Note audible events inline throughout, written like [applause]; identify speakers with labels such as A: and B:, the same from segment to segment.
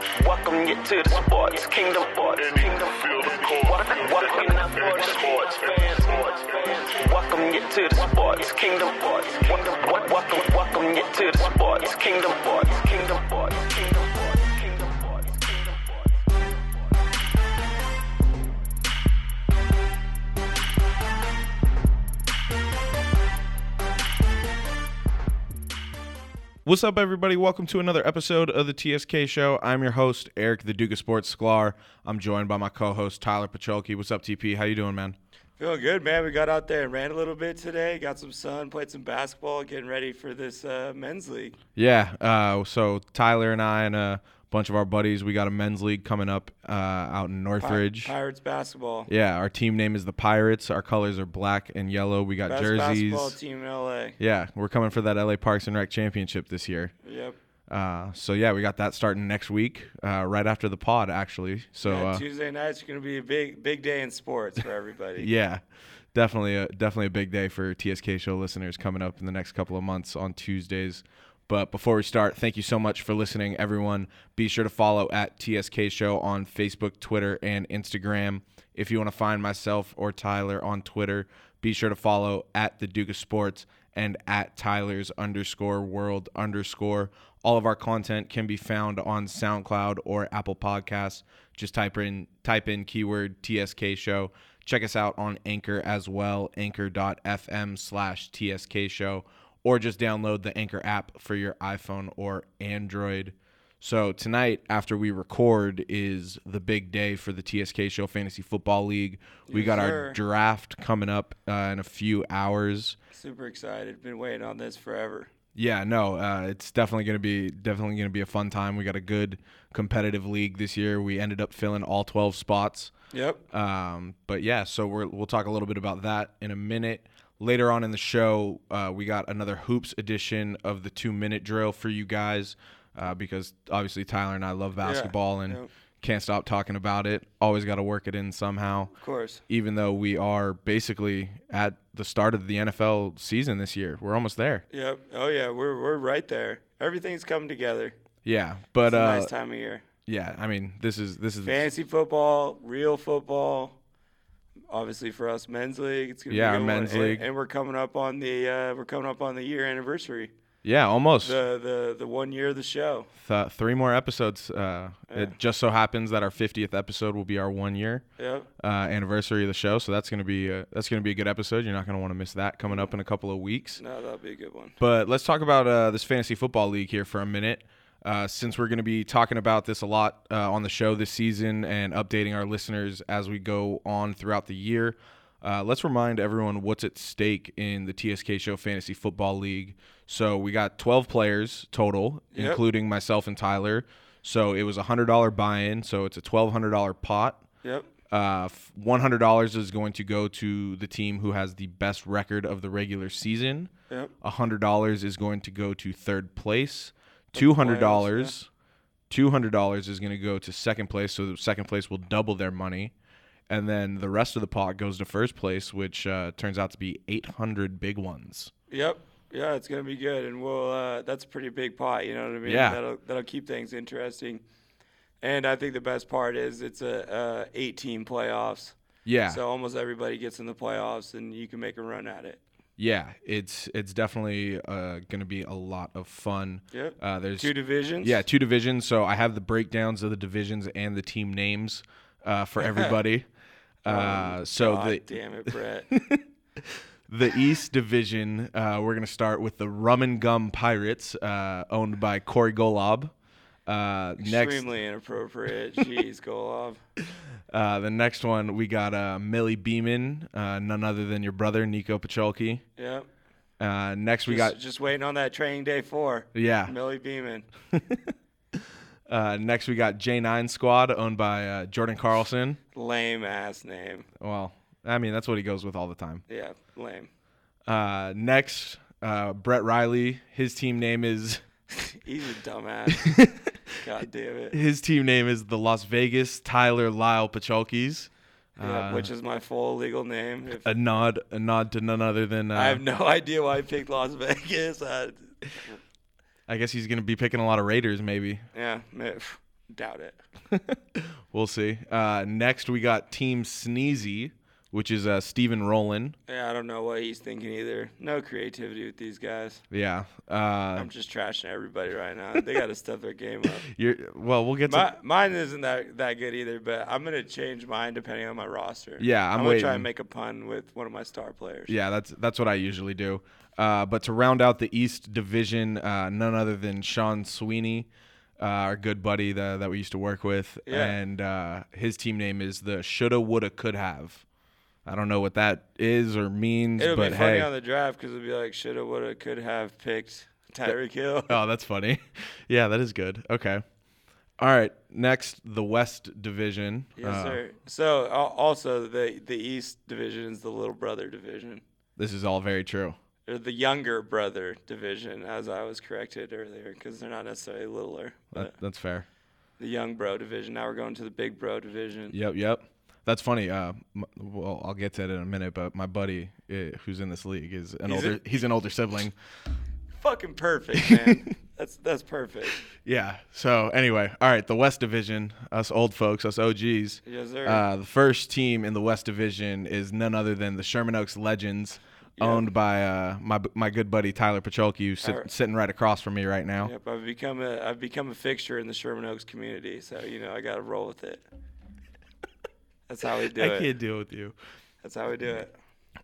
A: Come get to the sports, kingdom sports, kingdom field of court. Welcome in sports, sports fans, sports fans. Welcome get to the sports, kingdom sports, kingdom. wel- Welcome, welcome get to the sports, kingdom sports, kingdom sports, kingdom sports, kingdom sports, kingdom sports.
B: What's up, everybody? Welcome to another episode of the TSK Show. I'm your host, Eric, the Duke of Sports Sklar. I'm joined by my co-host, Tyler Pacholke. What's up, TP? How you doing, man?
C: Feeling good, man. We got out there and ran a little bit today. Got some sun, played some basketball, getting ready for this uh, men's league.
B: Yeah. Uh, so Tyler and I and a bunch of our buddies, we got a men's league coming up uh, out in
C: Pi-
B: Northridge.
C: Pirates basketball.
B: yeah, our team name is the Pirates. Our colors are black and yellow. We got
C: Best
B: jerseys.
C: basketball team in LA.
B: Yeah, we're coming for that LA Parks and Rec championship this year.
C: Yep.
B: Uh, so yeah, we got that starting next week, uh, right after the pod, actually. So
C: Yeah,
B: uh,
C: Tuesday night's going to be a big, big day in sports
B: [laughs]
C: for everybody.
B: Yeah, definitely a definitely a big day for TSK show listeners coming up in the next couple of months on Tuesdays. But before we start, thank you so much for listening, everyone. Be sure to follow at TSK Show on Facebook, Twitter, and Instagram. If you want to find myself or Tyler on Twitter, be sure to follow at the Duke of Sports and at Tyler's underscore world underscore. All of our content can be found on SoundCloud or Apple Podcasts. Just type in type in keyword TSK show. Check us out on Anchor as well, anchor.fm slash TSK show, or just download the Anchor app for your iPhone or Android. So tonight, after we record, is the big day for the TSK Show Fantasy Football League. We
C: Yes,
B: got our
C: sir.
B: draft coming up uh, in a few hours.
C: Super excited. Been waiting on this forever.
B: Yeah, no, uh, it's definitely gonna be definitely gonna be a fun time. We got a good competitive league this year. We ended up filling all twelve spots.
C: Yep.
B: Um, but yeah, so we're, we'll talk a little bit about that in a minute. Later on in the show, uh, we got another hoops edition of the two minute drill for you guys uh, because obviously Tyler and I love basketball and
C: Yep.
B: can't stop talking about it. Always got to work it in somehow,
C: Of course.
B: even though we are basically at the start of the NFL season this year. We're almost there.
C: Yep. Oh yeah, we're we're right there. Everything's coming together.
B: Yeah, but
C: It's a
B: uh,
C: nice time of year.
B: yeah, I mean, this is this is
C: Fantasy football, real football. Obviously for us, men's league. It's gonna
B: Yeah, our
C: be a good one.
B: men's
C: And-
B: league.
C: and we're coming up on the uh, we're coming up on the year anniversary.
B: yeah, almost.
C: the the the one year of the show.
B: th- three more episodes. Uh, It just so happens that our 50th episode will be our one year
C: Yep.
B: uh, anniversary of the show, so that's gonna be a, that's gonna be a good episode. You're not gonna want to miss that coming up in a couple of weeks.
C: No, that'll be a good one.
B: But let's talk about uh, this fantasy football league here for a minute. Uh, since we're going to be talking about this a lot uh, on the show this season and updating our listeners as we go on throughout the year, uh, let's remind everyone what's at stake in the TSK Show Fantasy Football League. So we got 12 players total,
C: Yep.
B: including myself and Tyler. So it was a $100 buy in, so it's a $1,200 pot.
C: Yep.
B: Uh, f- $100 is going to go to the team who has the best record of the regular season.
C: Yep.
B: $100 is going to go to third place. $200
C: Players,
B: $200 is going to go to second place, so the second place will double their money. And then the rest of the pot goes to first place, which uh, turns out to be 800 big ones.
C: Yep. Yeah, it's gonna be good, and we'll. Uh, that's a pretty big pot. You know what I mean?
B: Yeah.
C: That'll that'll keep things interesting. And I think the best part is it's a uh, eight team playoffs.
B: Yeah.
C: So almost everybody gets in the playoffs, and you can make a run at it.
B: yeah, it's it's definitely uh, going to be a lot of fun.
C: Yep.
B: Uh, there's
C: Two divisions.
B: Yeah, two divisions. So I have the breakdowns of the divisions and the team names uh,
C: [laughs]
B: for everybody.
C: Oh,
B: uh, so
C: God
B: the
C: Ah, damn
B: [laughs]
C: it, Brett.
B: the East Division, uh, we're going to start with the Rum and Gum Pirates, uh, owned by Corey Golob. Uh, next,
C: Extremely inappropriate. Jeez, Golov.
B: uh, the next one we got uh, Millie Beeman, uh, none other than your brother Nico Pacholke.
C: Yep.
B: Uh, next we
C: Just,
B: got
C: just waiting on that training day four.
B: yeah.
C: Millie Beeman.
B: Uh, next we got J9 Squad, owned by uh, Jordan Carlson.
C: Lame ass name.
B: Well, I mean that's what he goes with all the time.
C: Yeah, lame.
B: Uh, next, uh, Brett Riley. His team name is [laughs]
C: He's a dumbass. God damn it.
B: his team name is the Las Vegas Tyler Lyle Pacholkis.
C: Yeah, which is my full legal name. If
B: A nod, a nod to none other than uh,
C: I have no [laughs] idea why I picked Las Vegas. I,
B: I guess he's gonna be picking a lot of Raiders, maybe.
C: yeah, ma- Doubt it.
B: We'll see. Uh, next, we got Team Sneezy, which is uh, Steven Rowland.
C: Yeah, I don't know what he's thinking either. No creativity with these guys.
B: Yeah. Uh,
C: I'm just trashing everybody right now. They got to step their game up.
B: you're, well, we'll get to.
C: My, mine isn't that, that good either, but I'm gonna change mine depending on my roster.
B: Yeah, I'm
C: I'm, gonna try
B: waiting.
C: and make a pun with one of my star players.
B: yeah, that's that's what I usually do. Uh, but to round out the East Division, uh, none other than Sean Sweeney, uh, our good buddy the, that we used to work with,
C: Yeah.
B: and uh, his team name is the Shoulda Woulda Could Have. I don't know what that is or means,
C: It'll
B: but
C: be funny
B: hey,
C: on the draft because it'll be like shoulda, woulda, could have picked Tyreek Hill.
B: Oh, that's funny. [laughs] yeah, that is good. Okay. All right. Next, the West Division.
C: [laughs] Yes,
B: Uh,
C: sir. So al- also the the East Division is the little brother division,
B: This is all very true.
C: or the younger brother division, as I was corrected earlier, because they're not necessarily littler.
B: That,
C: But
B: That's fair.
C: the young bro division. Now we're going to the big bro division.
B: Yep, yep. That's funny. Uh, m- well, I'll get to it in a minute. But my buddy, uh, who's in this league, is an
C: He's
B: older.
C: in-
B: he's an older sibling. [laughs]
C: Fucking perfect, man. that's that's perfect.
B: Yeah. So anyway, all right. The West Division. Us old folks. Us OGs.
C: Yes, sir.
B: Uh, the first team in the West Division is none other than the Sherman Oaks Legends, owned by uh, my b- my good buddy Tyler Pacholke, who's sit,
C: Tyler.
B: sitting right across from me right now.
C: Yep, I've become a I've become a fixture in the Sherman Oaks community, so you know I got to roll with it. That's how we do it.
B: deal with you.
C: That's how we do it.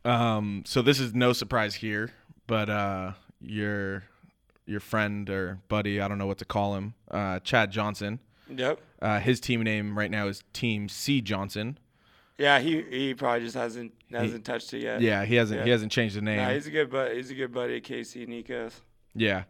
B: Um, so this is no surprise here, but uh, your your friend or buddy, I don't know what to call him, uh, Chad Johnson.
C: Yep.
B: Uh, his team name right now is Team C Johnson.
C: Yeah, he he probably just hasn't hasn't touched it yet.
B: Yeah, he hasn't he
C: Yeah.
B: hasn't changed the name.
C: Nah, he's a good buddy. He's a good buddy, of Casey Nikos.
B: Yeah.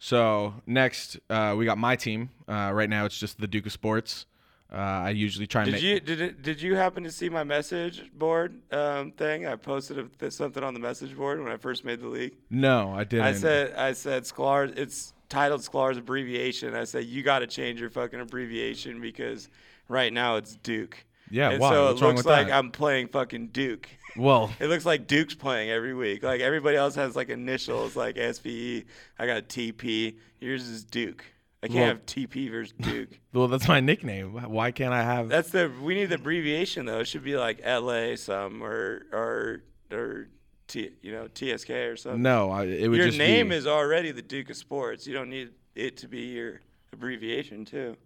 B: So next, uh, we got my team. Uh, right now, it's just the Duke of Sports. Uh, I usually try and
C: Did
B: make.
C: you did it, did you happen to see my message board um, thing? I posted a, th- something on the message board when I first made the league.
B: no, I didn't.
C: I said I said Sklar's it's titled Sklar's abbreviation. I said you got to change your fucking abbreviation because right now it's Duke.
B: Yeah,
C: and
B: why?
C: So
B: What's
C: it
B: wrong
C: looks
B: with
C: like
B: that?
C: I'm playing fucking Duke.
B: Well,
C: It looks like Duke's playing every week. Like everybody else has like initials like SPE. I got TP. Yours is Duke. I can't
B: Well-
C: have TP versus
B: [laughs]
C: Duke.
B: well, that's my nickname. Why can't I have?
C: That's the we need the abbreviation though. It should be like LA some or or or T, you know TSK or something.
B: no, I, it would
C: Your
B: just
C: name
B: be-
C: is already the Duke of Sports. You don't need it to be your abbreviation too.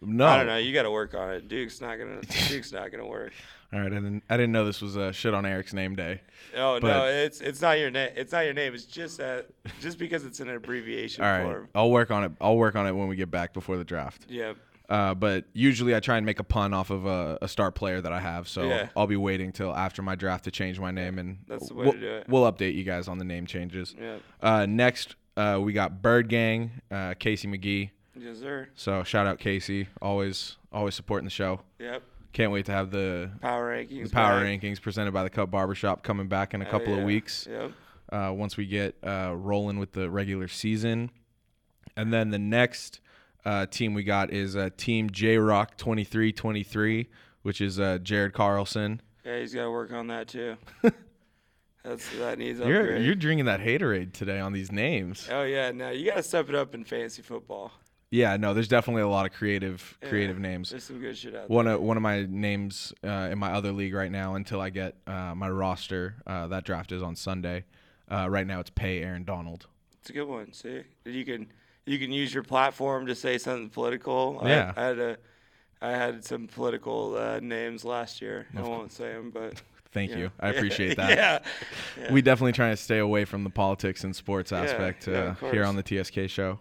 B: no.
C: I don't know. You got to work on it. Duke's
B: [laughs]
C: not gonna. Duke's not gonna work.
B: All right, I didn't. I didn't know this was a shit on Eric's name day.
C: Oh no,
B: But-
C: it's it's not your name. It's not your name. It's just that just because it's in an
B: [laughs]
C: abbreviation
B: All right,
C: form.
B: I'll work on it. I'll work on it when we get back before the draft.
C: Yeah.
B: Uh, but usually I try and make a pun off of a, a star player that I have, so
C: Yeah.
B: I'll be waiting till after my draft to change my name, and
C: That's the way
B: we'll,
C: to do it.
B: We'll update you guys on the name changes.
C: Yeah.
B: Uh, next, uh, we got Bird Gang, uh, Casey McGee.
C: Yes, sir.
B: So shout out Casey, always always supporting the show.
C: Yep.
B: Can't wait to have the
C: Power rankings.
B: power
C: back.
B: rankings presented by the Cup Barbershop coming back in a couple
C: Yeah.
B: of weeks
C: Yep.
B: uh, once we get uh, rolling with the regular season. And then the next uh, team we got is uh, Team J Rock 2323, which is uh, Jared Carlson.
C: Yeah, he's got to work on
B: [laughs]
C: that too. That's that needs upgrade.
B: You're, you're drinking that haterade today on these names.
C: Oh yeah, no, you got to step it up in fantasy football.
B: Yeah, no, there's definitely a lot of creative
C: Yeah,
B: creative names.
C: There's some good shit out there.
B: One of one of my names uh, in my other league right now until I get uh, my roster. Uh, that draft is on Sunday. Uh, right now it's pay Aaron Donald.
C: It's a good one. See, you can you can use your platform to say something political. I-
B: Yeah.
C: I, had a I had some political uh, names last year. I won't say them, but
B: Thank
C: [laughs] Yeah.
B: you. I appreciate that.
C: yeah, yeah.
B: We definitely trying to stay away from the politics and sports aspect
C: yeah,
B: uh,
C: of
B: here
C: course.
B: on the TSK show.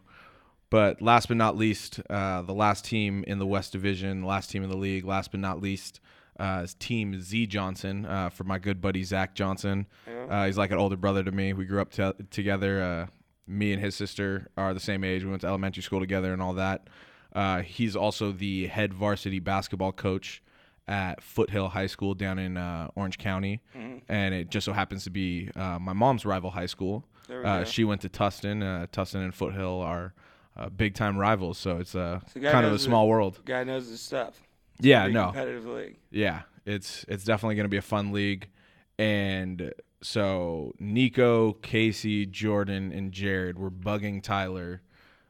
B: But last but not least, uh, the last team in the West Division, last team in the league, last but not least, uh, is Team Z Johnson uh, for my good buddy Zach Johnson. Uh, he's like an older brother to me. We grew up to together. Uh, me and his sister are the same age. We went to elementary school together and all that. Uh, he's also the head varsity basketball coach at Foothill High School down in uh, Orange County,
C: Mm-hmm.
B: and it just so happens to be uh, my mom's rival high school.
C: There we
B: Uh,
C: go.
B: she went to Tustin. Uh, Tustin and Foothill are uh, big time rivals, so it's uh,
C: So guy
B: kind of a
C: knows the-
B: small world.
C: guy knows his stuff.
B: Yeah,
C: Big
B: no,
C: competitive league.
B: yeah, it's it's definitely going to be a fun league, and so Nico, Casey, Jordan, and Jared were bugging Tyler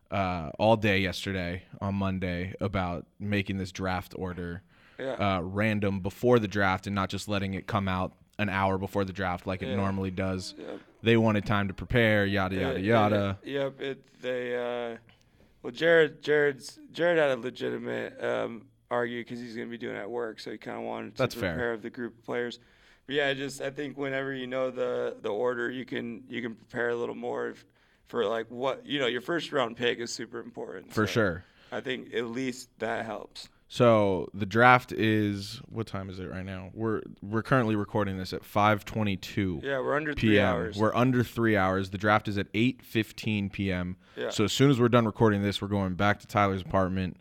B: uh, all day yesterday on Monday about making this draft order
C: Yeah.
B: uh, random before the draft and not just letting it come out an hour before the draft like it normally does. They wanted time to prepare, yada yada
C: It- it-
B: yada.
C: yep. It, they. Uh, well, Jared. Jared's. Jared had a legitimate um, argue because he's going to be doing it at work, so he kind of wanted to
B: That's fair.
C: prepare of the group of players. But yeah, I just I think whenever you know the the order, you can you can prepare a little more f- for like what you know. Your first round pick is super important
B: for
C: so
B: sure.
C: I think at least that helps.
B: So the draft is what time is it right now? We're we're currently recording this at 5:22
C: Yeah, we're under three
B: p.m.
C: hours.
B: We're under 3 hours. The draft is at 8:15 p.m.
C: Yeah.
B: So as soon as we're done recording this, we're going back to Tyler's apartment,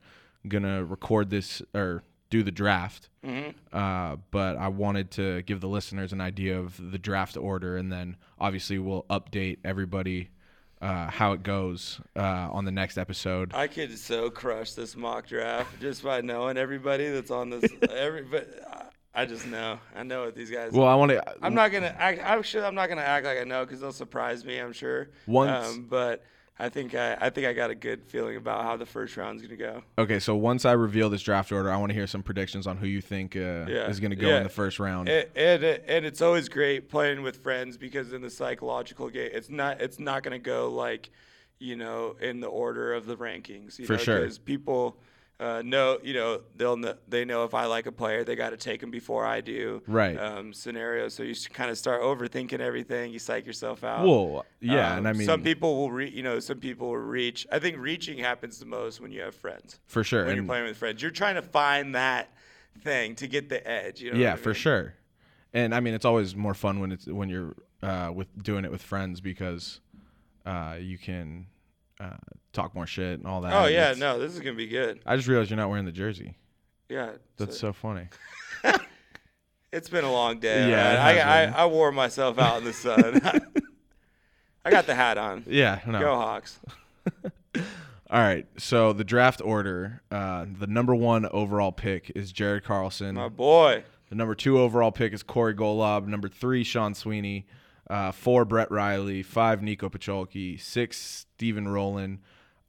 B: going to record this or do the draft.
C: Mm-hmm.
B: Uh, but I wanted to give the listeners an idea of the draft order, and then obviously we'll update everybody uh, how it goes uh, on the next episode.
C: I could so crush this mock draft just by knowing everybody that's on
B: [laughs]
C: this. every, but I, I just know. I know what these guys.
B: well, I want to.
C: I'm not gonna. Act, I'm sure I'm not gonna act like I know because they'll surprise me. I'm sure. Um,
B: Once-
C: but I think I, I think I got a good feeling about how the first round's gonna go.
B: Okay, so once I reveal this draft order, I want to hear some predictions on who you think uh,
C: Yeah,
B: is going to go
C: yeah. Eh,
B: in the first round.
C: And, and and it's always great playing with friends because in the psychological game, it's not it's not gonna go like, you know, in the order of the rankings. You
B: For
C: know,
B: sure.
C: 'cause people. Uh, know you know they'll kn- they know if I like a player, they got to take him before I do.
B: Right.
C: Um, scenario. So you kind of start overthinking everything. You psych yourself out.
B: well, yeah,
C: Um,
B: and I mean,
C: some people will re- you know, some people will reach. I think reaching happens the most when you have friends.
B: for sure,
C: When you're
B: and-
C: playing with friends, you're trying to find that thing to get the edge. You know
B: yeah,
C: what I
B: for
C: mean?
B: sure. And I mean, it's always more fun when it's when you're uh, with doing it with friends because uh, you can uh, talk more shit and all that.
C: Oh yeah,
B: It's-
C: no, this is gonna be good.
B: I just realized you're not wearing the jersey.
C: Yeah,
B: That's
C: so-
B: so funny.
C: it's been a long
B: Yeah,
C: day.
B: it
C: Yeah, I,
B: has been.
C: I, I wore myself out in
B: [laughs]
C: the sun. I got the hat on.
B: Yeah, no.
C: Go Hawks.
B: All right, so the draft order, uh, the number one overall pick is Jared Carlson.
C: My boy.
B: The number two overall pick is Corey Golob. Number three, Sean Sweeney. Uh, four, Brett Riley. Five, Nico Pacholke. Six, Steven Rowland.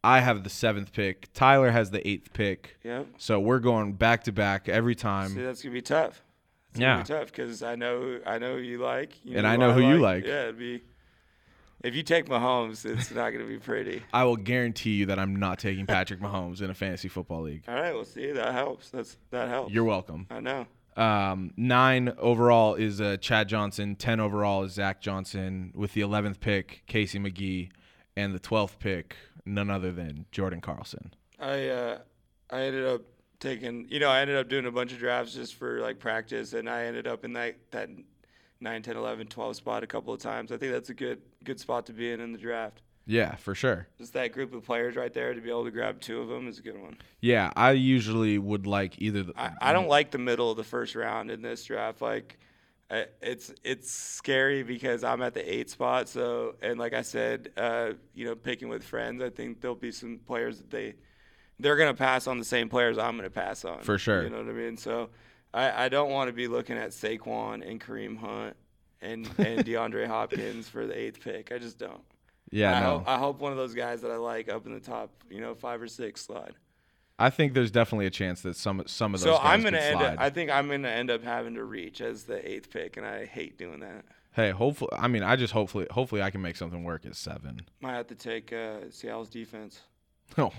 B: I have the seventh pick. Tyler has the eighth pick.
C: Yep.
B: So we're going back to back every
C: See,
B: time.
C: that's gonna be tough. It's
B: Yeah.
C: gonna be tough because I know who- I know who you like, you
B: And I know who you like.
C: Yeah, it'd be. If you take Mahomes, it's not gonna be pretty.
B: I will guarantee you that I'm not taking Patrick Mahomes in a fantasy football league.
C: All right, well, see, that helps. That's that helps.
B: You're welcome.
C: I know.
B: Um, nine overall is uh, Chad Johnson. Ten overall is Zach Johnson. With the eleventh pick, Casey McGee, and the twelfth pick, none other than Jordan Carlson.
C: I uh, I ended up taking, you know, I ended up doing a bunch of drafts just for like practice, and I ended up in that that 9, 10, 11, 12 spot a couple of times. I think that's a good good spot to be in in the draft.
B: Yeah, for sure.
C: Just that group of players right there to be able to grab two of them is a good one.
B: Yeah, I usually would like either. The,
C: I, I don't like the middle of the first round in this draft. Like, I- it's it's scary because I'm at the eight spot. So, and like I said, uh, you know, picking with friends, I think there'll be some players that they they're gonna pass on the same players I'm gonna pass on.
B: For sure.
C: You know what I mean? So, I, I don't want to be looking at Saquon and Kareem Hunt and
B: [laughs]
C: and DeAndre Hopkins for the eighth pick. I just don't.
B: yeah,
C: I,
B: no.
C: hope, I hope one of those guys that I like up in the top, you know, five or six slide.
B: I think there's definitely a chance that some some of those.
C: So
B: guys
C: I'm
B: could
C: gonna end
B: slide.
C: up. I think I'm gonna end up having to reach as the eighth pick, and I hate doing that.
B: hey, hopefully, I mean, I just hopefully, hopefully, I can make something work at seven. [laughs]
C: Might have to take uh, Seattle's defense.
B: No.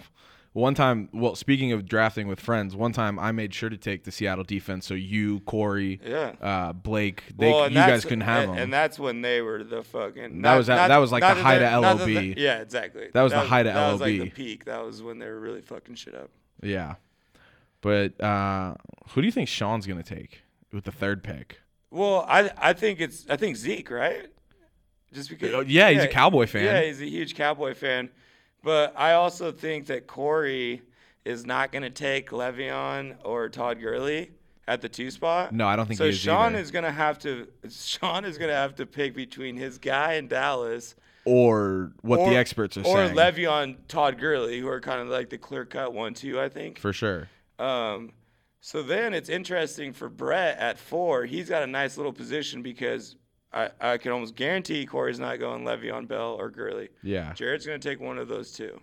B: One time, well, speaking of drafting with friends, one time I made sure to take the Seattle defense. So you, Corey,
C: Yeah.
B: uh, Blake, they,
C: Well, and
B: you guys
C: that's-
B: couldn't have
C: and,
B: them.
C: And that's when they were the fucking.
B: That was at- that was like the
C: that
B: height
C: they're-
B: of
C: not that
B: LOB.
C: they- Yeah, exactly.
B: That was the height of
C: that was like the
B: LOB.
C: peak. That was when they were really fucking shit up.
B: yeah, but uh, who do you think Sean's gonna take with the third pick?
C: Well, I I think it's I think Zeke right. Just because.
B: Oh, yeah, he's a Cowboy fan.
C: Yeah, he's a huge Cowboy fan, but I also think that Corey is not going to take Le'Veon or Todd Gurley at the two spot.
B: No, I don't think
C: so.
B: he is
C: Sean
B: either.
C: is going to have to. Sean is going to have to pick between his guy in Dallas.
B: Or what
C: or-
B: the experts are
C: or
B: saying,
C: Le'Veon, Todd Gurley, who are kind of like the clear cut one, too, I think.
B: for sure.
C: Um, so then it's interesting for Brett at four. He's got a nice little position because I, I can almost guarantee Corey's not going Le'Veon Bell or Gurley.
B: Yeah,
C: Jared's going to take one of those two.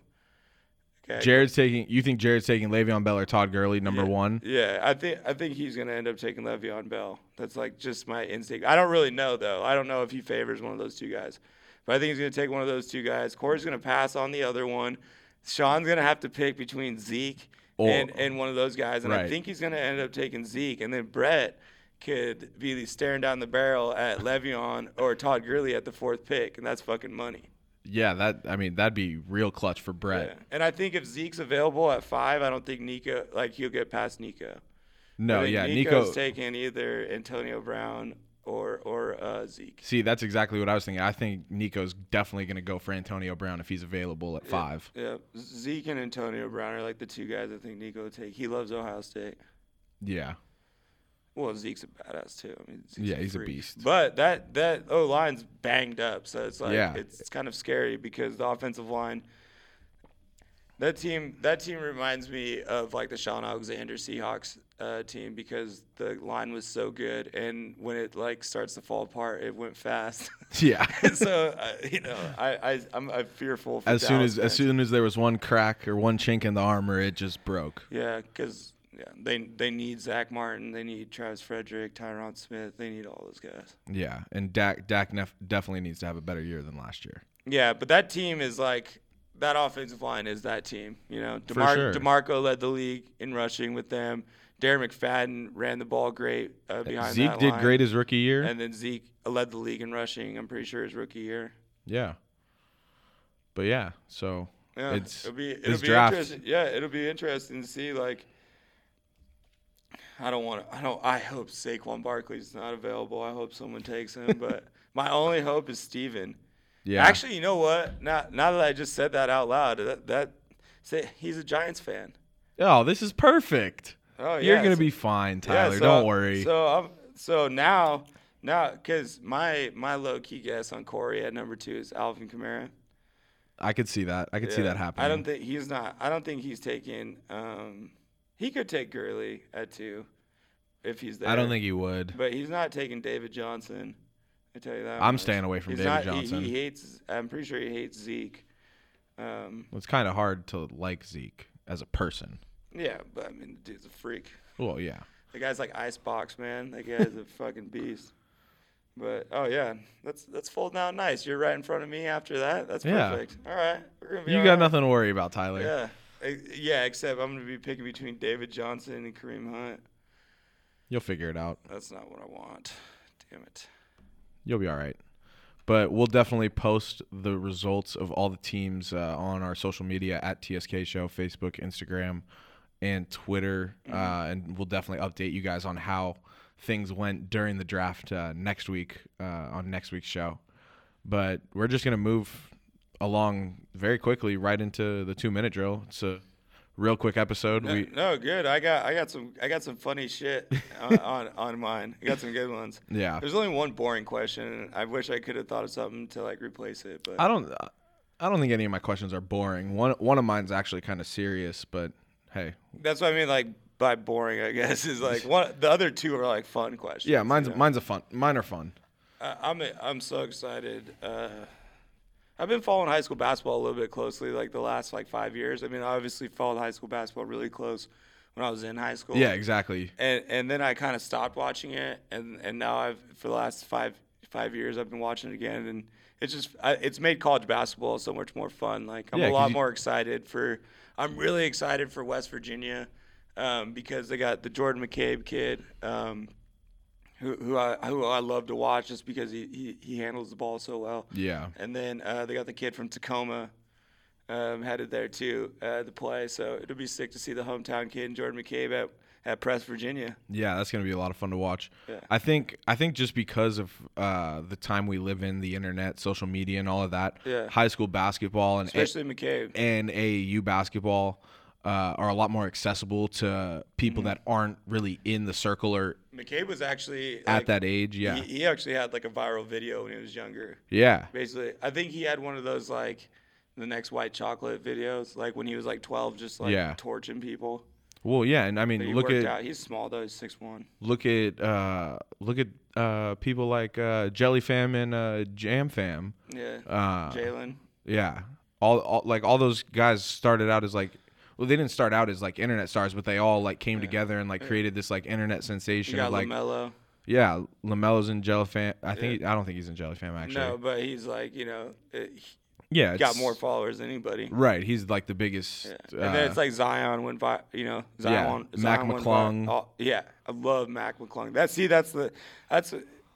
C: Okay.
B: Jared's taking. You think Jared's taking Le'Veon Bell or Todd Gurley number one?
C: Yeah, I think I think he's gonna end up taking Le'Veon Bell. That's like just my instinct. I don't really know though. I don't know if he favors one of those two guys, but I think he's gonna take one of those two guys. Corey's gonna pass on the other one. Sean's gonna have to pick between Zeke
B: Or-
C: and and one of those guys, and I
B: Right.
C: think he's gonna end up taking Zeke, and then Brett could be staring down the barrel at Le'Veon or Todd Gurley at the fourth pick, and that's fucking money.
B: Yeah, that. I mean, that'd be real clutch for Brett.
C: Yeah. And I think if Zeke's available at five, I don't think Nico like he'll get past Nico. I
B: No,
C: think
B: yeah,
C: Nico's
B: Nico.
C: taking either Antonio Brown or or uh, Zeke.
B: see, that's exactly what I was thinking. I think Nico's definitely going to go for Antonio Brown if he's available at five.
C: Yeah, Zeke and Antonio Brown are like the two guys I think Nico would take. He loves Ohio State.
B: Yeah, [laughs]
C: Well, Zeke's a badass too. I mean, Zeke's
B: Yeah, he's a
C: freak.
B: beast.
C: But that that O line's banged up, so it's like
B: Yeah.
C: it's, it's kind of scary because the offensive line. That team, that team reminds me of like the Sean Alexander Seahawks uh, team because the line was so good, and when it like starts to fall apart, it went fast. [laughs]
B: yeah.
C: so uh, you know, I, I I'm, I'm fearful. For
B: as soon
C: Dallas
B: as as
C: fans.
B: soon as there was one crack or one chink in the armor, it just broke.
C: Yeah, because yeah, they they need Zach Martin, they need Travis Frederick, Tyron Smith, they need all those guys.
B: Yeah, and Dak Dak nef- definitely needs to have a better year than last year.
C: Yeah, but that team is like that offensive line is that team. You know, DeMar-
B: sure.
C: Demarco led the league in rushing with them. Darren McFadden ran the ball great uh, behind
B: Zeke
C: that
B: did
C: line.
B: great his rookie year.
C: and then Zeke led the league in rushing. I'm pretty sure his rookie year.
B: yeah. But yeah, so
C: Yeah,
B: it's
C: it'll be it'll
B: this
C: be
B: draft.
C: interesting. Yeah, it'll be interesting to see. Like, I don't want to. I don't. I hope Saquon Barkley's not available. I hope someone
B: [laughs]
C: takes him. but my only hope is Steven.
B: Yeah.
C: Actually, you know what? Now, now that I just said that out loud, that, that say he's a Giants fan.
B: Oh, this is perfect.
C: Oh,
B: You're
C: yeah,
B: gonna
C: so-
B: be fine,
C: Yeah,
B: Tyler.
C: so-
B: Don't worry.
C: So I'm, so now now because my my low key guess on Corey at number two is Alvin Kamara.
B: I could see that. I could see
C: Yeah.
B: that happening.
C: I don't think he's not. I don't think he's taking. Um, he could take Gurley at two, if he's there.
B: I don't think he would.
C: But he's not taking David Johnson. I tell you that.
B: I'm
C: much.
B: staying away from
C: He's
B: David
C: not- he-
B: Johnson.
C: He, hates. I'm pretty sure he hates Zeke. Um,
B: It's kind of hard to like Zeke as a person.
C: yeah, but I mean, the dude's a freak.
B: Well, yeah.
C: The guy's like Icebox, man. That guy's
B: [laughs]
C: a fucking beast. But oh yeah, that's that's folding out nice. You're right in front of me after that. That's
B: Yeah.
C: perfect. All right, we're gonna be.
B: You
C: all
B: got
C: right.
B: nothing to worry about, Tyler. [laughs]
C: Yeah. Ex- Yeah, except I'm going to be picking between David Johnson and Kareem Hunt.
B: You'll figure it out.
C: That's not what I want. Damn it.
B: You'll be all right. But we'll definitely post the results of all the teams uh, on our social media at TSK Show, Facebook, Instagram, and Twitter. Uh, and we'll definitely update you guys on how things went during the draft uh, next week uh, on next week's show. But we're just going to move along very quickly right into the two minute drill. It's a real quick episode.
C: No,
B: We.
C: no, good. I got I got some I got some funny shit
B: [laughs]
C: on, on on mine. I got some good ones.
B: Yeah.
C: There's only one boring question. and I wish I could have thought of something to like replace it, but
B: I don't. I don't think any of my questions are boring. One one of mine's actually kind of serious, but hey,
C: that's what I mean like by boring, I guess
B: [laughs]
C: is like one the other two are like fun questions.
B: yeah, mine's
C: you know?
B: mine's a fun. Mine are fun.
C: I- I'm I'm so excited. Uh, I've been following high school basketball a little bit closely, like the last like five years. I mean, I obviously followed high school basketball really close when I was in high school.
B: Yeah, exactly.
C: And and then I kind of stopped watching it, and and now I've for the last five five years I've been watching it again, and it's just I, it's made college basketball so much more fun. Like I'm
B: Yeah,
C: a
B: 'cause
C: lot
B: you-
C: more excited for. I'm really excited for West Virginia, um, because they got the Jordan McCabe kid. Um, who, who I who I love to watch just because he, he, he handles the ball so well.
B: Yeah,
C: And then uh, they got the kid from Tacoma um, headed there too uh, to play. So it'll be sick to see the hometown kid Jordan McCabe at, at Press Virginia.
B: yeah, that's gonna be a lot of fun to watch.
C: Yeah.
B: I think I think just because of uh, the time we live in, the internet, social media, and all of that,
C: Yeah.
B: high school basketball and
C: Especially McCabe.
B: and AAU basketball uh, are a lot more accessible to people
C: Mm-hmm.
B: that aren't really in the circle or
C: McCabe was actually
B: at
C: like,
B: that age. Yeah,
C: He, he actually had like a viral video when he was younger.
B: yeah,
C: Basically, I think he had one of those like the next white chocolate videos, like when he was like 12, just like
B: Yeah.
C: torching people.
B: well, yeah, and I mean,
C: But he
B: look
C: worked
B: at
C: out. He's small though. He's six one.
B: look at uh, look at uh, people like uh, Jelly Fam and uh, Jam Fam.
C: Yeah.
B: Uh,
C: Jalen.
B: yeah, all, all like all those guys started out as like well they didn't start out as like internet stars but they all like came together and like created this like internet
C: You
B: sensation
C: got
B: of like
C: Lamelo.
B: yeah Lamelo's in Jellyfam I think I don't think he's in Jellyfam actually
C: No, but he's like you know, it, he
B: yeah
C: got
B: it's-
C: more followers than anybody.
B: right he's like the biggest
C: And then it's
B: uh,
C: like Zion went by, you know,
B: Yeah,
C: Zion.
B: Mac
C: Zion went
B: McClung.
C: vi- oh, yeah, I love Mac McClung. That see, that's the, that's,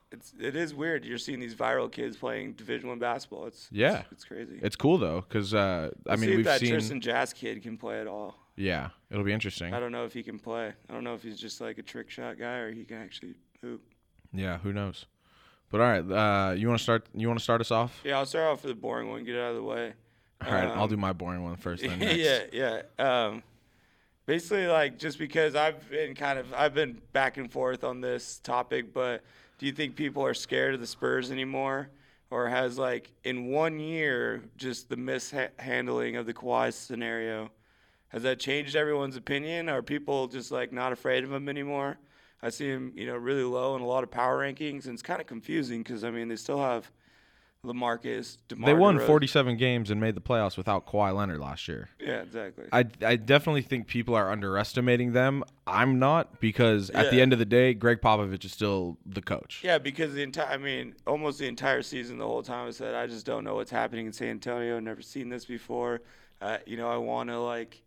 C: it's it is weird. You're seeing these viral kids playing Division One basketball. It's
B: Yeah.
C: it's, it's crazy.
B: it's cool though because uh, I
C: Let's
B: mean
C: see if
B: we've
C: that
B: seen
C: Tristan Jazz kid can play at all.
B: yeah it'll be interesting
C: I don't know if he can play. I don't know if he's just like a trick shot guy or he can actually hoop.
B: yeah who knows but all right uh, you want to start you want to start us off
C: Yeah, I'll start off with the boring one. Get it out of the way.
B: all right I'll
C: Um,
B: do my boring one first then next.
C: [laughs] yeah, yeah. Um, basically, like just because I've been kind of I've been back and forth on this topic, but do you think people are scared of the Spurs anymore, or has like in one year just the mishandling of the Kawhi scenario, has that changed everyone's opinion? Are people just like not afraid of him anymore? I see him, you know, really low in a lot of power rankings, and it's kind of confusing because I mean they still have Lamarcus. DeMar
B: They won
C: DeRozan-
B: 47 games and made the playoffs without Kawhi Leonard last year.
C: Yeah, exactly.
B: I, I definitely think people are underestimating them. I'm not because at the
C: Yeah.
B: end of the day, Greg Popovich is still the coach.
C: Yeah, because the entire, I mean, almost the entire season, the whole time I said, I just don't know what's happening in San Antonio. I've never seen this before. Uh, you know, I want to, like,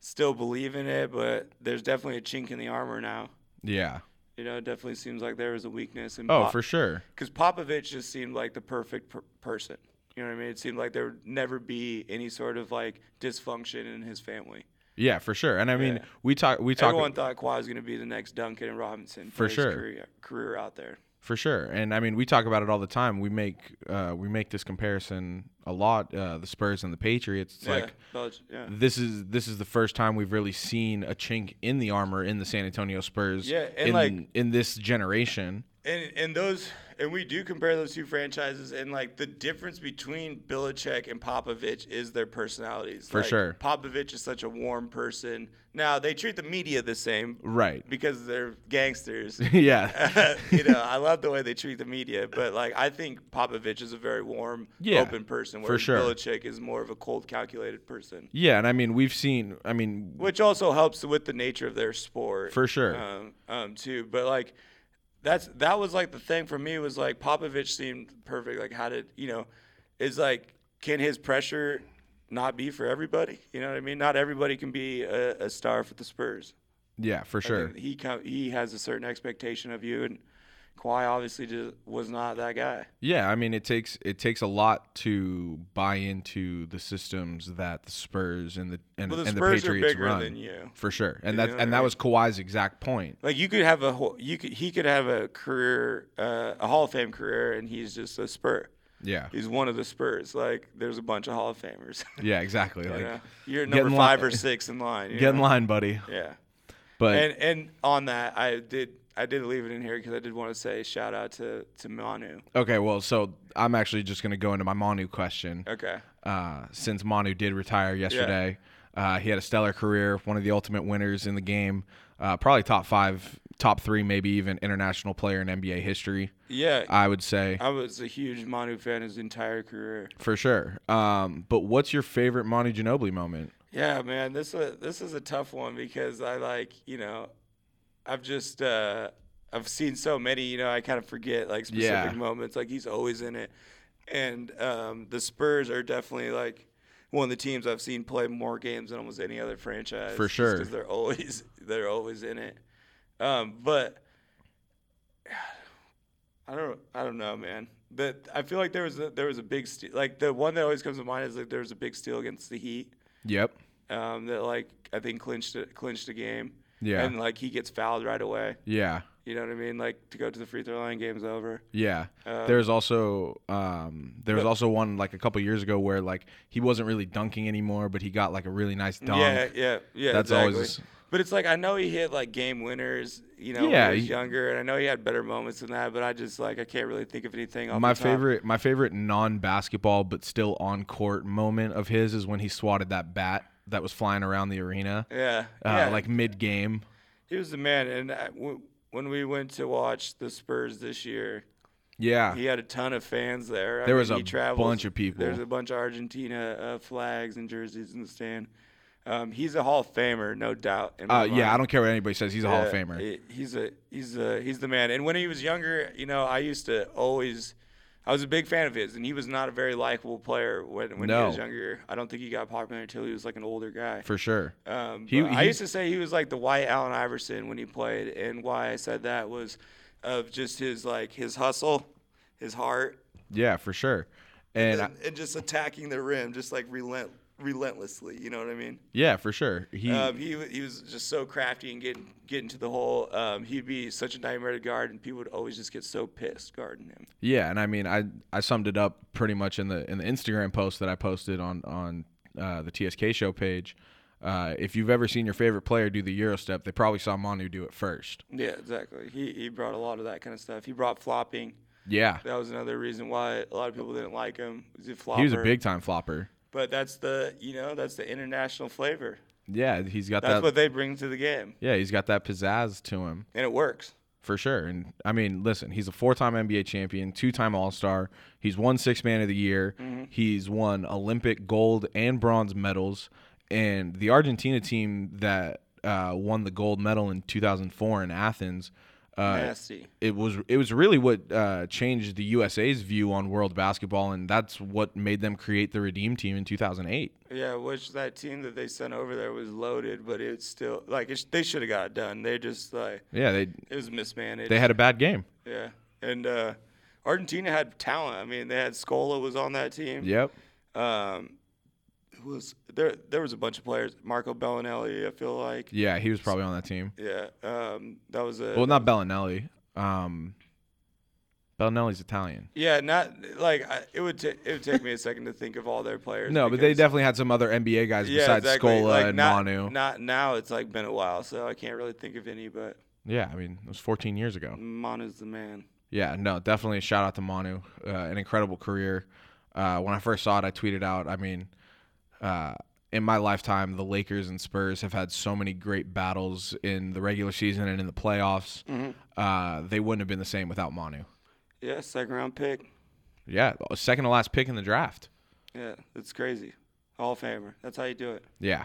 C: still believe in it, but there's definitely a chink in the armor now.
B: Yeah.
C: You know, it definitely seems like there was a weakness. In
B: Oh, for sure.
C: Because Popovich just seemed like the perfect per- person. You know what I mean? It seemed like there would never be any sort of, like, dysfunction in his family.
B: Yeah, for sure. And I mean,
C: Yeah.
B: we talk we talk
C: Everyone thought Kawhi was going to be the next Duncan and Robinson
B: For
C: his
B: sure.
C: career, career out there.
B: for sure. And I mean, we talk about it all the time. We make uh, we make this comparison a lot. Uh, the Spurs and the Patriots. It's like
C: yeah. Belich- yeah.
B: this is this is the first time we've really seen a chink in the armor in the San Antonio Spurs.
C: Yeah, and,
B: in,
C: like-
B: in this generation.
C: And and those and we do compare those two franchises and like the difference between Belichick and Popovich is their personalities.
B: For
C: Like,
B: sure.
C: Popovich is such a warm person. Now they treat the media the same [laughs]
B: Right.
C: because they're
B: [laughs]
C: gangsters. [laughs]
B: yeah.
C: you know, I love the way they treat the media, but like I think Popovich is a very warm,
B: Yeah,
C: open person,
B: for
C: whereas
B: sure.
C: Belichick is more of a cold, calculated person.
B: Yeah, and I mean we've seen. I mean,
C: which also helps with the nature of their sport
B: For sure.
C: um, um, too but like that's that was like the thing for me was like popovich seemed perfect like how did you know is like can his pressure not be for everybody you know what i mean not everybody can be a, a star for the spurs
B: yeah, for
C: I
B: sure.
C: think he co- he has a certain expectation of you and Kawhi obviously just was not that guy
B: Yeah, I mean it takes it takes a lot to buy into the systems that the Spurs and the and,
C: Well, the
B: and
C: Spurs
B: the
C: are
B: Patriots
C: bigger
B: run
C: than you.
B: for sure. And
C: know
B: that
C: what I
B: and that
C: mean?
B: was Kawhi's exact point.
C: like you could have a whole you could he could have a career uh, a hall of fame career and he's just a spur
B: Yeah,
C: He's one of the Spurs. Like, there's a bunch of Hall of Famers. [laughs]
B: yeah, exactly.
C: you
B: Like
C: know? You're
B: get in
C: number
B: li-
C: five or six in line. you
B: get in
C: know?
B: line, buddy.
C: Yeah.
B: But
C: And and on that, I did I did leave it in here because I did want to say shout out to to Manu.
B: okay, well, so I'm actually just gonna go into my Manu question.
C: Okay.
B: uh, since Manu did retire yesterday. Uh, he had a stellar career, one of the ultimate winners in the game, uh, probably top five, top three, maybe even international player in NBA history,
C: Yeah. I,
B: I would say
C: was a huge Manu fan his entire career.
B: for sure. Um, but what's your favorite Manu Ginobili moment?
C: Yeah, man. This uh, this is a tough one because I like you know, I've just uh, I've seen so many. You know, I kind of forget like specific
B: Yeah.
C: moments. Like he's always in it, and um, the Spurs are definitely like one of the teams I've seen play more games than almost any other franchise.
B: For sure.
C: because they're always they're always in it. Um, but I don't I don't know, man. That I feel like there was a, there was a big steal. Like the one that always comes to mind is like there was a big steal against the Heat
B: Yep.
C: um, that like I think clinched it, clinched the game.
B: Yeah.
C: And like he gets fouled right away.
B: Yeah.
C: You know what I mean? Like to go to the free throw line, game's over.
B: Yeah.
C: Uh,
B: There's also um, there was also one like a couple years ago where like he wasn't really dunking anymore, but he got like a really nice dunk.
C: Yeah, yeah, yeah.
B: That's
C: exactly.
B: always-
C: But it's like I know he hit like game winners, you know,
B: Yeah,
C: when he was
B: he-
C: younger, and I know he had better moments than that. But I just like I can't really think of anything. Off
B: my
C: the top.
B: favorite my favorite non-basketball but still on court moment of his is when he swatted that bat that was flying around the arena
C: Yeah,
B: uh,
C: yeah.
B: like mid-game
C: uh, he was the man. And I, w- when we went to watch the Spurs this year,
B: Yeah.
C: He had a ton of fans there. I
B: There was
C: mean, he
B: a
C: travels-
B: bunch of people.
C: There's a bunch of Argentina uh, flags and jerseys in the stand. Um, he's a Hall of Famer, no doubt. in my
B: Uh, yeah, I
C: mind.
B: don't care what anybody says. He's a Hall of
C: Yeah,
B: Famer.
C: he- He's a he's a he's the man. And when he was younger, you know, I used to always, I was a big fan of his, and he was not a very likable player when when he was
B: No.
C: younger. I don't think he got popular until he was like an older guy.
B: For sure.
C: Um,
B: He-
C: but I
B: he-
C: used to say he was like the white Allen Iverson when he played, and why I said that was of just his like his hustle, his heart,
B: Yeah, for sure. And
C: and,
B: I,
C: Uh, and just attacking the rim, just like relent relentlessly. You know what I mean?
B: yeah, for sure. He
C: Um, he wa- he was just so crafty and getting getting to the hole. Um, he'd be such a nightmare to guard, and people would always just get so pissed guarding him.
B: Yeah, and I mean, I I summed it up pretty much in the in the Instagram post that I posted on on uh, the TSK show page. Uh, if you've ever seen your favorite player do the Euro step, they probably saw Manu do it first.
C: Yeah, exactly. He he brought a lot of that kind of stuff. He brought flopping.
B: Yeah,
C: That was another reason why a lot of people didn't like him. He's a flopper.
B: he was a big time flopper.
C: But that's the you know that's the international flavor.
B: Yeah, he's got
C: That's
B: that.
C: what they bring to the game,
B: yeah, he's got that pizzazz to him
C: and it works.
B: for sure. And I mean, listen, he's a four time NBA champion, two time All Star. He's won Six Man of the Year. He's won Olympic gold and bronze medals. And the Argentina team that uh, won the gold medal in 2004 in Athens. Uh,
C: Nasty.
B: it was it was really what uh, changed the USA's view on world basketball, and that's what made them create the Redeem Team in 2008.
C: Yeah, which that team that they sent over there was loaded, but it's still like it, sh- they should have got it done. They just like
B: Yeah, they
C: it was mismanaged.
B: they had a bad game.
C: yeah, and uh, Argentina had talent. I mean, they had Scola was on that team.
B: Yep.
C: Um, who was there? There was a bunch of players. Marco Bellinelli, I feel like.
B: Yeah, he was probably on that team.
C: Yeah. Um, that was a
B: Well, not Bellinelli. Um, Bellinelli's Italian.
C: yeah. Not like I, it would. ta- it would take me a second to think of all their players.
B: No, but they
C: because-
B: definitely had some other NBA guys besides Scola
C: Like,
B: and
C: not,
B: Manu.
C: Not now. It's like been a while, so I can't really think of any. But
B: yeah, I mean, it was 14 years ago.
C: Manu's the man.
B: Yeah, no, definitely a shout out to Manu. Uh, an incredible career. Uh, when I first saw it, I tweeted out. I mean, uh, in my lifetime, the Lakers and Spurs have had so many great battles in the regular season and in the playoffs.
C: Mm-hmm.
B: Uh, they wouldn't have been the same without Manu.
C: Yeah, second round pick.
B: Yeah, second to last pick in the draft.
C: Yeah, it's crazy. Hall of Famer. That's how you do it.
B: Yeah.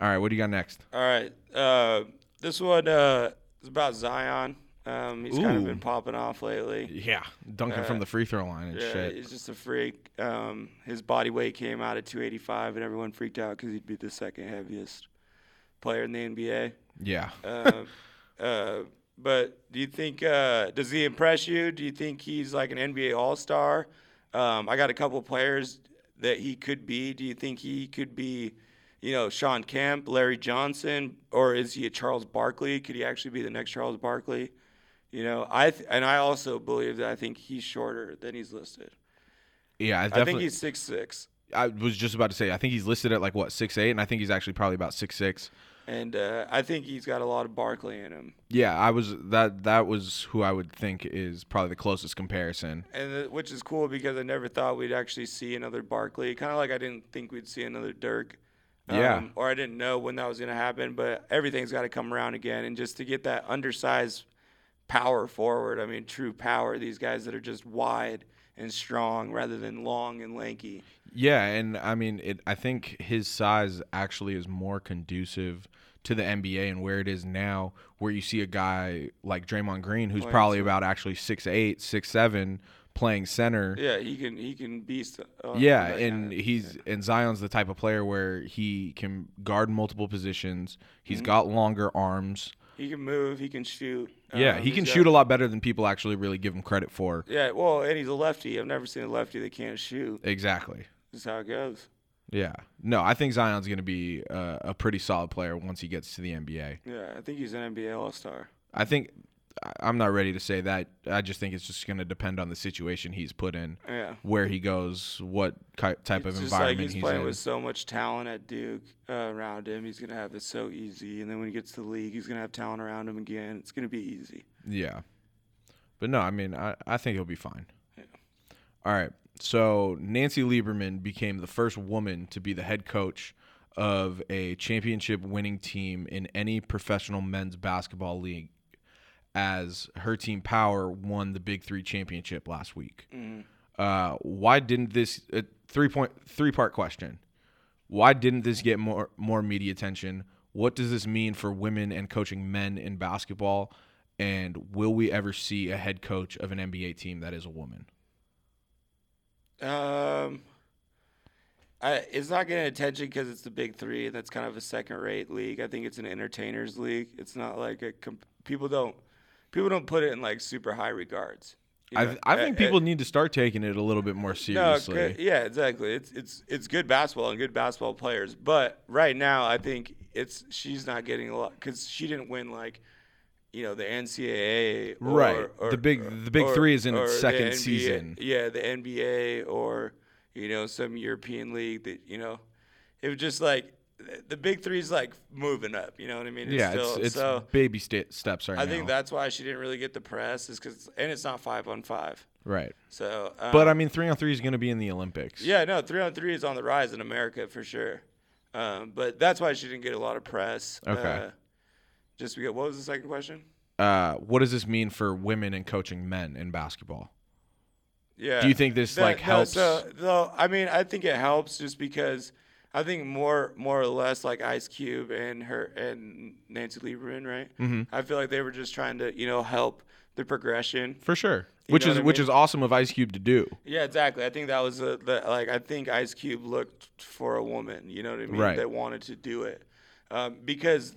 B: All right, what do you got next?
C: All right. Uh, this one uh, is about Zion. Um, he's kind of
B: Ooh.
C: been popping off lately.
B: Yeah, dunking from the free throw line and
C: Uh, Yeah,
B: shit.
C: he's just a freak. Um, his body weight came out at 285, and everyone freaked out because he'd be the second heaviest player in the NBA.
B: Yeah.
C: Um, uh, but do you think uh, does he impress you? Do you think he's like an NBA All Star? Um, I got a couple players that he could be. Do you think he could be, you know, Sean Kemp, Larry Johnson, or is he a Charles Barkley? Could he actually be the next Charles Barkley? You know, I th- and I also believe that I think he's shorter than he's listed.
B: Yeah, I
C: I
B: definitely.
C: think he's six six,
B: I was just about to say. I think he's listed at like what six eight, and I think he's actually probably about six six.
C: and uh, I think he's got a lot of Barkley in him.
B: Yeah, I was that. That was who I would think is probably the closest comparison.
C: and th- which is cool because I never thought we'd actually see another Barkley. Kind of like I didn't think we'd see another Dirk. Um,
B: Yeah.
C: Or I didn't know when that was going to happen, but everything's got to come around again. And just to get that undersized power forward, I mean, true power, these guys that are just wide and strong rather than long and lanky.
B: Yeah, and I mean, it. I think his size actually is more conducive to the NBA and where it is now, where you see a guy like Draymond Green, who's probably about actually six eight, six seven, playing center.
C: Yeah, he can he can beast. Uh,
B: Yeah,
C: that
B: and
C: kinda-
B: he's and Zion's the type of player where he can guard multiple positions. He's
C: Mm-hmm.
B: got longer arms.
C: he can move, he can shoot.
B: Yeah,
C: Um,
B: he
C: he's
B: can
C: got-
B: shoot a lot better than people actually really give him credit for.
C: Yeah, well, and he's a lefty. I've never seen a lefty that can't shoot.
B: Exactly.
C: That's how it goes.
B: Yeah. No, I think Zion's going to be a, a pretty solid player once he gets to the NBA.
C: Yeah, I think he's an NBA All Star.
B: I think I- I'm not ready to say that. I just think it's just going to depend on the situation he's put in,
C: Yeah.
B: where he goes, what ki- type
C: It's
B: of
C: just like
B: environment
C: he's
B: he's,
C: playing
B: in.
C: with so much talent at Duke uh, around him. He's gonna have it so easy, and then when he gets to the league, he's gonna have talent around him again. It's gonna be easy.
B: Yeah. But no, I mean, I, I think he'll be fine. All right. So Nancy Lieberman became the first woman to be the head coach of a championship winning team in any professional men's basketball league as her team Power won the Big Three championship last week. Uh, why didn't this uh, three point three part question? Why didn't this get more more media attention? What does this mean for women and coaching men in basketball? And will we ever see a head coach of an NBA team that is a woman?
C: Um, I, it's not getting attention because it's the big three, and that's kind of a second-rate league. I think it's an entertainers' league. It's not like a comp- people don't people don't put it in like super high regards. you
B: I,
C: know?
B: I
C: Uh,
B: think
C: uh,
B: people need to start taking it a little bit more
C: no,
B: seriously.
C: good- yeah, exactly. It's it's it's good basketball and good basketball players, but right now I think it's she's not getting a lot because she didn't win like. You know the NCAA, or,
B: Right.
C: or-
B: The big-
C: or-
B: the big
C: or-
B: three is in
C: or
B: its
C: the
B: second
C: NBA
B: season.
C: yeah, the NBA or you know some European league that you know, it was just like th- the big three's like moving up. You know what I mean?
B: yeah, it's,
C: still-
B: it's
C: so
B: baby sta steps right
C: I
B: now.
C: think that's why she didn't really get the press is because and it's not five on five.
B: right.
C: So, um,
B: But I mean, three on three is going to be in the Olympics.
C: yeah, no, three on three is on the rise in America for sure. Um, but that's why she didn't get a lot of press.
B: Okay.
C: Uh, just because what was the second question?
B: Uh, what does this mean for women and coaching men in basketball?
C: Yeah.
B: Do you think this, like, helps?
C: No, so, no, I mean, I think it helps just because I think more more or less like Ice Cube and her and Nancy Lieberman, right? Mm-hmm. I feel like they were just trying to you know help the progression.
B: For sure.
C: You
B: which
C: know
B: is
C: what I
B: which
C: mean?
B: is awesome of Ice Cube to do.
C: Yeah, exactly. I think that was a, the like I think Ice Cube looked for a woman. You know what I mean?
B: Right.
C: That wanted to do it um, because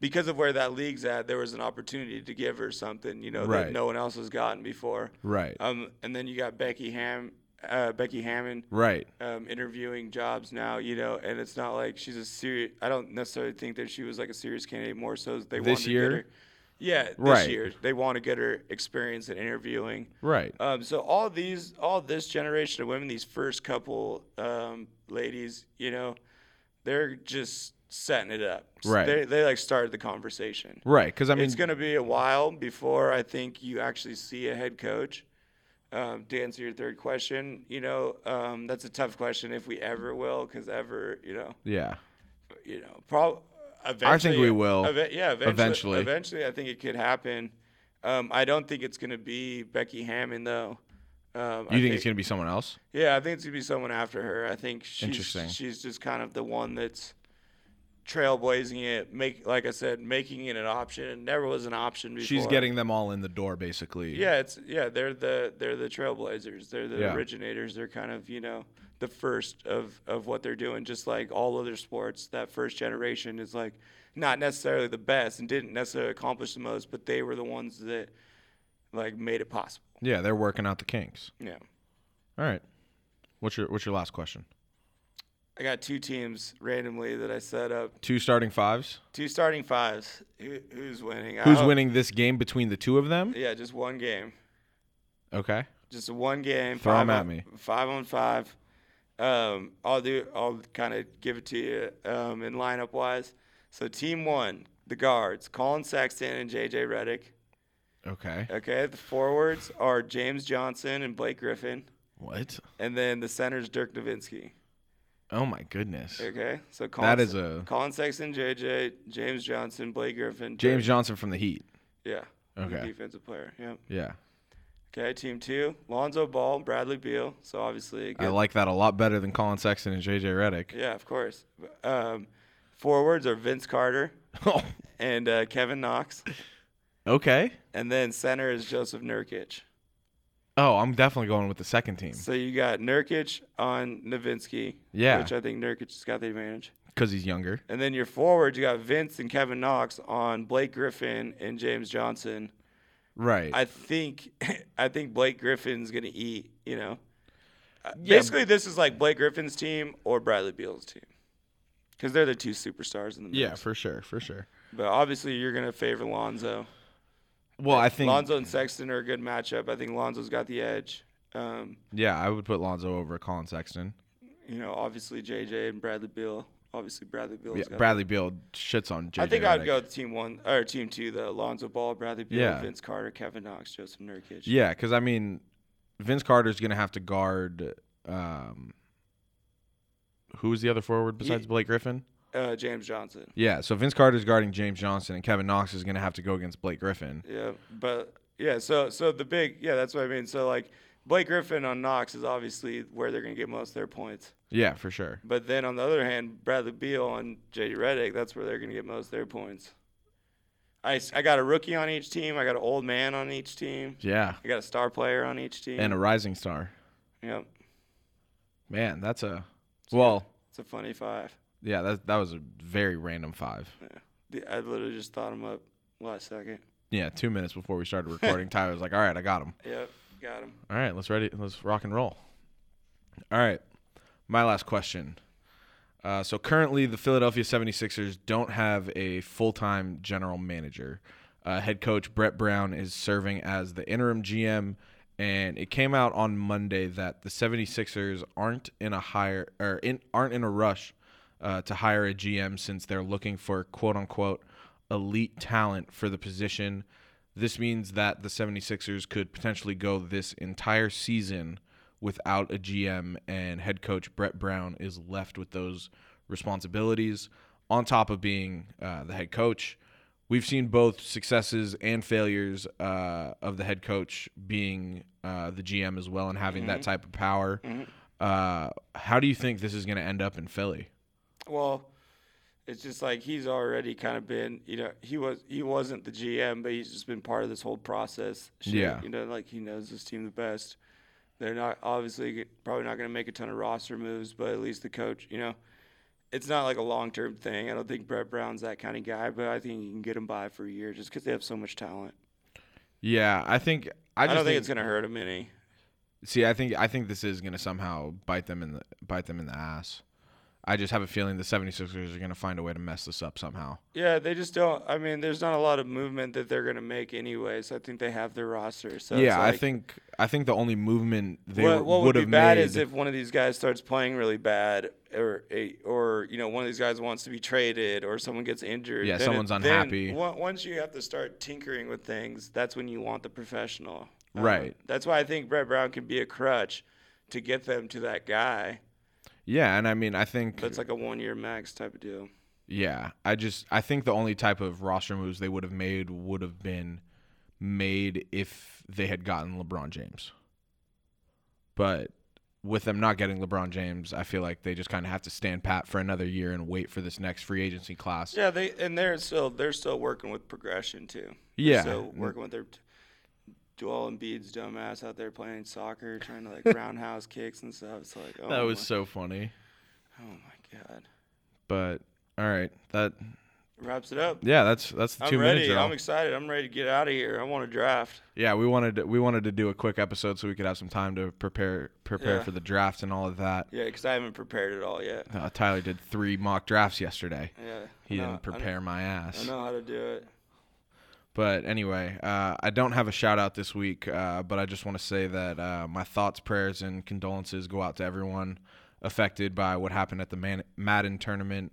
C: because of where that league's at, there was an opportunity to give her something. You know
B: Right.
C: that no one else has gotten before.
B: Right.
C: Um, and then you got Becky Ham, uh, Becky Hammond.
B: right.
C: um, interviewing jobs now, you know, and it's not like she's a serious. I don't necessarily think that she was like a serious candidate. More so, they
B: This
C: wanted to
B: year?
C: get her. Yeah, this
B: Right.
C: year they want to get her experience in interviewing.
B: Right.
C: Um, so all these, all this generation of women, these first couple um, ladies, you know, they're just setting it up.
B: Right.
C: They they like started the conversation.
B: right. Because I mean,
C: it's going to be a while before I think you actually see a head coach. Um, to answer your third question, you know um, that's a tough question if we ever will, because ever, you know,
B: yeah.
C: you know, probably.
B: I think we will.
C: yeah, eventually,
B: Eventually.
C: eventually. I think it could happen. Um, I don't think it's going to be Becky Hammond though. Um,
B: You think, it's going to be someone else?
C: Yeah, I think it's going to be someone after her. I think she's
B: Interesting.
C: she's just kind of the one that's trailblazing it. Make like I said, making it an option. It never was an option before.
B: She's getting them all in the door, basically.
C: Yeah, it's yeah. They're the they're the trailblazers. They're the
B: Yeah.
C: originators. They're kind of you know the first of of what they're doing. Just like all other sports, that first generation is like not necessarily the best and didn't necessarily accomplish the most, but they were the ones that like made it possible.
B: Yeah, they're working out the kinks.
C: Yeah,
B: All right. What's your What's your last question?
C: I got two teams randomly that I set up.
B: Two starting fives.
C: Two starting fives. Who, who's winning? I
B: Who's
C: hope-
B: winning this game between the two of them?
C: Yeah, just one game.
B: Okay.
C: just one game.
B: Throw 'em
C: five
B: at
C: on,
B: me.
C: Five on five. Um, I'll do. I'll kind of give it to you um, in lineup wise. So team one, the guards, Colin Sexton and JJ Redick.
B: Okay.
C: Okay, the forwards are James Johnson and Blake Griffin,
B: What?
C: and then the center's Dirk Nowitzki.
B: Oh my goodness.
C: Okay, so Colin,
B: That is a
C: Colin Sexton, JJ, James Johnson, Blake Griffin,
B: James
C: Dirk-
B: Johnson from the Heat.
C: yeah, he's a
B: Okay.
C: defensive player. Yeah.
B: Yeah.
C: Okay, team two, Lonzo Ball, Bradley Beal. So obviously, a
B: I
C: good
B: like that a lot better than Colin Sexton and JJ [laughs] Redick.
C: Yeah, of course. Um, forwards are Vince Carter and uh, Kevin Knox,
B: Oh, okay.
C: and then center is Joseph Nurkic.
B: Oh, I'm definitely going with the second team
C: So you got Nurkic on Novinsky,
B: Yeah.
C: which I think Nurkic has got the advantage.
B: because he's younger.
C: And then your forwards, you got Vince and Kevin Knox on Blake Griffin and James Johnson.
B: Right.
C: I think, [laughs] I think Blake Griffin's gonna eat. You know, Uh,
B: Yeah.
C: basically this is like Blake Griffin's team or Bradley Beal's team, because they're the two superstars in the mix.
B: yeah, for sure, for sure.
C: But obviously, you're going to favor Lonzo.
B: Well, I think
C: Lonzo and Sexton are a good matchup. I think Lonzo's got the edge. Um,
B: Yeah, I would put Lonzo over Colin Sexton.
C: you know, obviously JJ and Bradley Beal. Obviously, Bradley Beal.
B: Yeah,
C: got
B: Bradley Beal shits on JJ.
C: I think I'd
B: Redick.
C: go with team one or team two, the Lonzo Ball, Bradley Beal,
B: Yeah.
C: Vince Carter, Kevin Knox, Joseph Nurkic.
B: Yeah, because I mean, Vince Carter's gonna have to guard. Um, who was the other forward besides Blake Griffin?
C: uh, James Johnson.
B: Yeah, so Vince Carter's guarding James Johnson, and Kevin Knox is going to have to go against Blake Griffin.
C: Yeah, but yeah, so so the big yeah, that's what I mean. So like Blake Griffin on Knox is obviously where they're gonna get most of their points.
B: Yeah, for sure.
C: But then on the other hand, Bradley Beal and JD Redick, that's where they're gonna get most of their points. I, s- I got a rookie on each team. I got an old man on each team.
B: Yeah,
C: I got a star player on each team.
B: and a rising star.
C: yep,
B: Man, that's a well.
C: it's a funny five.
B: Yeah, that that was a very random five.
C: The- I literally just thought him up last second.
B: Yeah, two minutes before we started [laughs] recording, Tyler was like, "All right, I got him.
C: Yep, got him.
B: All right, let's ready. Let's rock and roll." All right, my last question. Uh, so currently, the Philadelphia 76ers don't have a full-time general manager. Uh, head coach Brett Brown is serving as the interim GM, and it came out on Monday that the 76ers aren't in a hire or in, aren't in a rush uh, to hire a GM since they're looking for quote unquote elite talent for the position. This means that the 76ers could potentially go this entire season without a GM, and head coach Brett Brown is left with those responsibilities on top of being uh, the head coach. We've seen both successes and failures uh, of the head coach being uh, the GM as well and having that type of power. Uh, how do you think this is going to end up in Philly?
C: Well, it's just like he's already kind of been, you know, he was he wasn't the GM, but he's just been part of this whole process. shit,
B: Yeah.
C: you know, like he knows this team the best. They're not obviously g- probably not going to make a ton of roster moves, but at least the coach, you know, it's not like a long term thing. I don't think Brett Brown's that kind of guy, but I think you can get him by for a year just because they have so much talent.
B: Yeah, I think I
C: I,
B: just
C: don't think, it's going to hurt him any.
B: See, I think I think this is going to somehow bite them in the bite them in the ass. I just have a feeling the 76ers are going to find a way to mess this up somehow.
C: Yeah, they just don't. I mean, there's not a lot of movement that they're going to make anyway. So I think they have their roster. So it's
B: yeah, I
C: like-
B: think I think the only movement they
C: what, what
B: would
C: would be
B: have
C: bad
B: made
C: is if one of these guys starts playing really bad, or a, or you know one of these guys wants to be traded, or someone gets injured.
B: Yeah,
C: then it-
B: someone's
C: then
B: unhappy.
C: on- once you have to start tinkering with things, that's when you want the professional. Um,
B: Right.
C: That's why I think Brett Brown can be a crutch to get them to that guy.
B: yeah, and I mean I think
C: That's like a one-year max type of deal.
B: yeah, I just I think the only type of roster moves they would have made would have been made if they had gotten LeBron James. But with them not getting LeBron James, I feel like they just kind of have to stand pat for another year and wait for this next free agency class.
C: Yeah, they and they're still they're still working with progression too. They're
B: Yeah. Mm.
C: still working with their Joel Embiid's dumbass out there playing soccer, trying to like [laughs] roundhouse kicks and stuff. It's like oh
B: That was
C: my-
B: so funny.
C: Oh my god.
B: But all right, that
C: Wraps it up.
B: yeah, that's that's the
C: I'm
B: two minutes.
C: ready. I'm excited. I'm ready to get out of here. I want to draft.
B: yeah, we wanted to, we wanted to do a quick episode so we could have some time to prepare prepare
C: Yeah.
B: for the draft and all of that.
C: Yeah, because I haven't prepared at all yet.
B: Uh, Tyler did three mock drafts yesterday. He
C: Yeah. I know-
B: didn't
C: I know,
B: prepare my
C: I
B: ass.
C: know how to do it.
B: But anyway, uh, I don't have a shout out this week, uh, but I just want to say that uh, my thoughts, prayers, and condolences go out to everyone affected by what happened at the Man- Madden tournament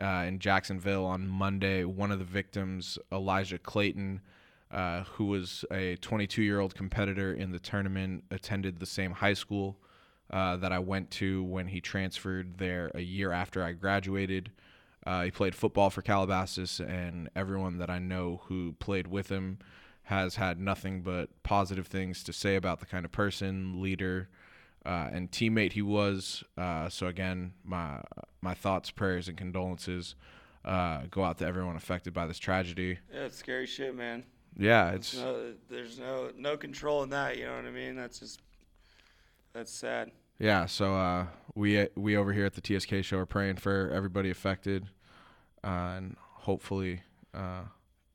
B: uh, in Jacksonville on Monday. One of the victims, Elijah Clayton, uh, who was a 22 year old competitor in the tournament, attended the same high school uh, that I went to when he transferred there a year after I graduated. Uh, he played football for Calabasas, and everyone that I know who played with him has had nothing but positive things to say about the kind of person, leader, uh, and teammate he was. Uh, so again, my my thoughts, prayers, and condolences uh, go out to everyone affected by this tragedy.
C: Yeah, it's scary shit, man.
B: Yeah, it's
C: No, there's no no control in that. You know what I mean? That's just that's sad.
B: Yeah, so uh, we we over here at the TSK show are praying for everybody affected, uh, and hopefully, uh,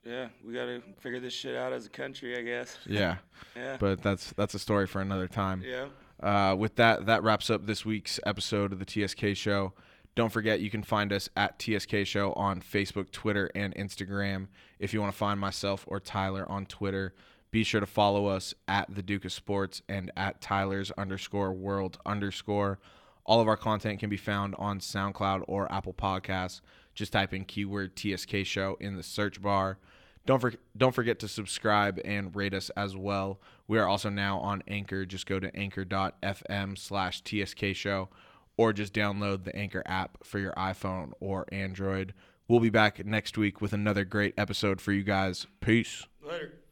C: Yeah, we gotta figure this shit out as a country, I guess.
B: yeah.
C: Yeah.
B: But that's that's a story for another time.
C: yeah.
B: Uh, with that, that wraps up this week's episode of the TSK Show. Don't forget, you can find us at TSK Show on Facebook, Twitter, and Instagram. If you want to find myself or Tyler on Twitter, be sure to follow us at the Duke of Sports and at Tyler's underscore world underscore. All of our content can be found on SoundCloud or Apple Podcasts. Just type in keyword TSK Show in the search bar. Don't for, don't forget to subscribe and rate us as well. We are also now on Anchor. Just go to anchor.fm slash TSK show or just download the Anchor app for your iPhone or Android. We'll be back next week with another great episode for you guys. Peace.
C: Later.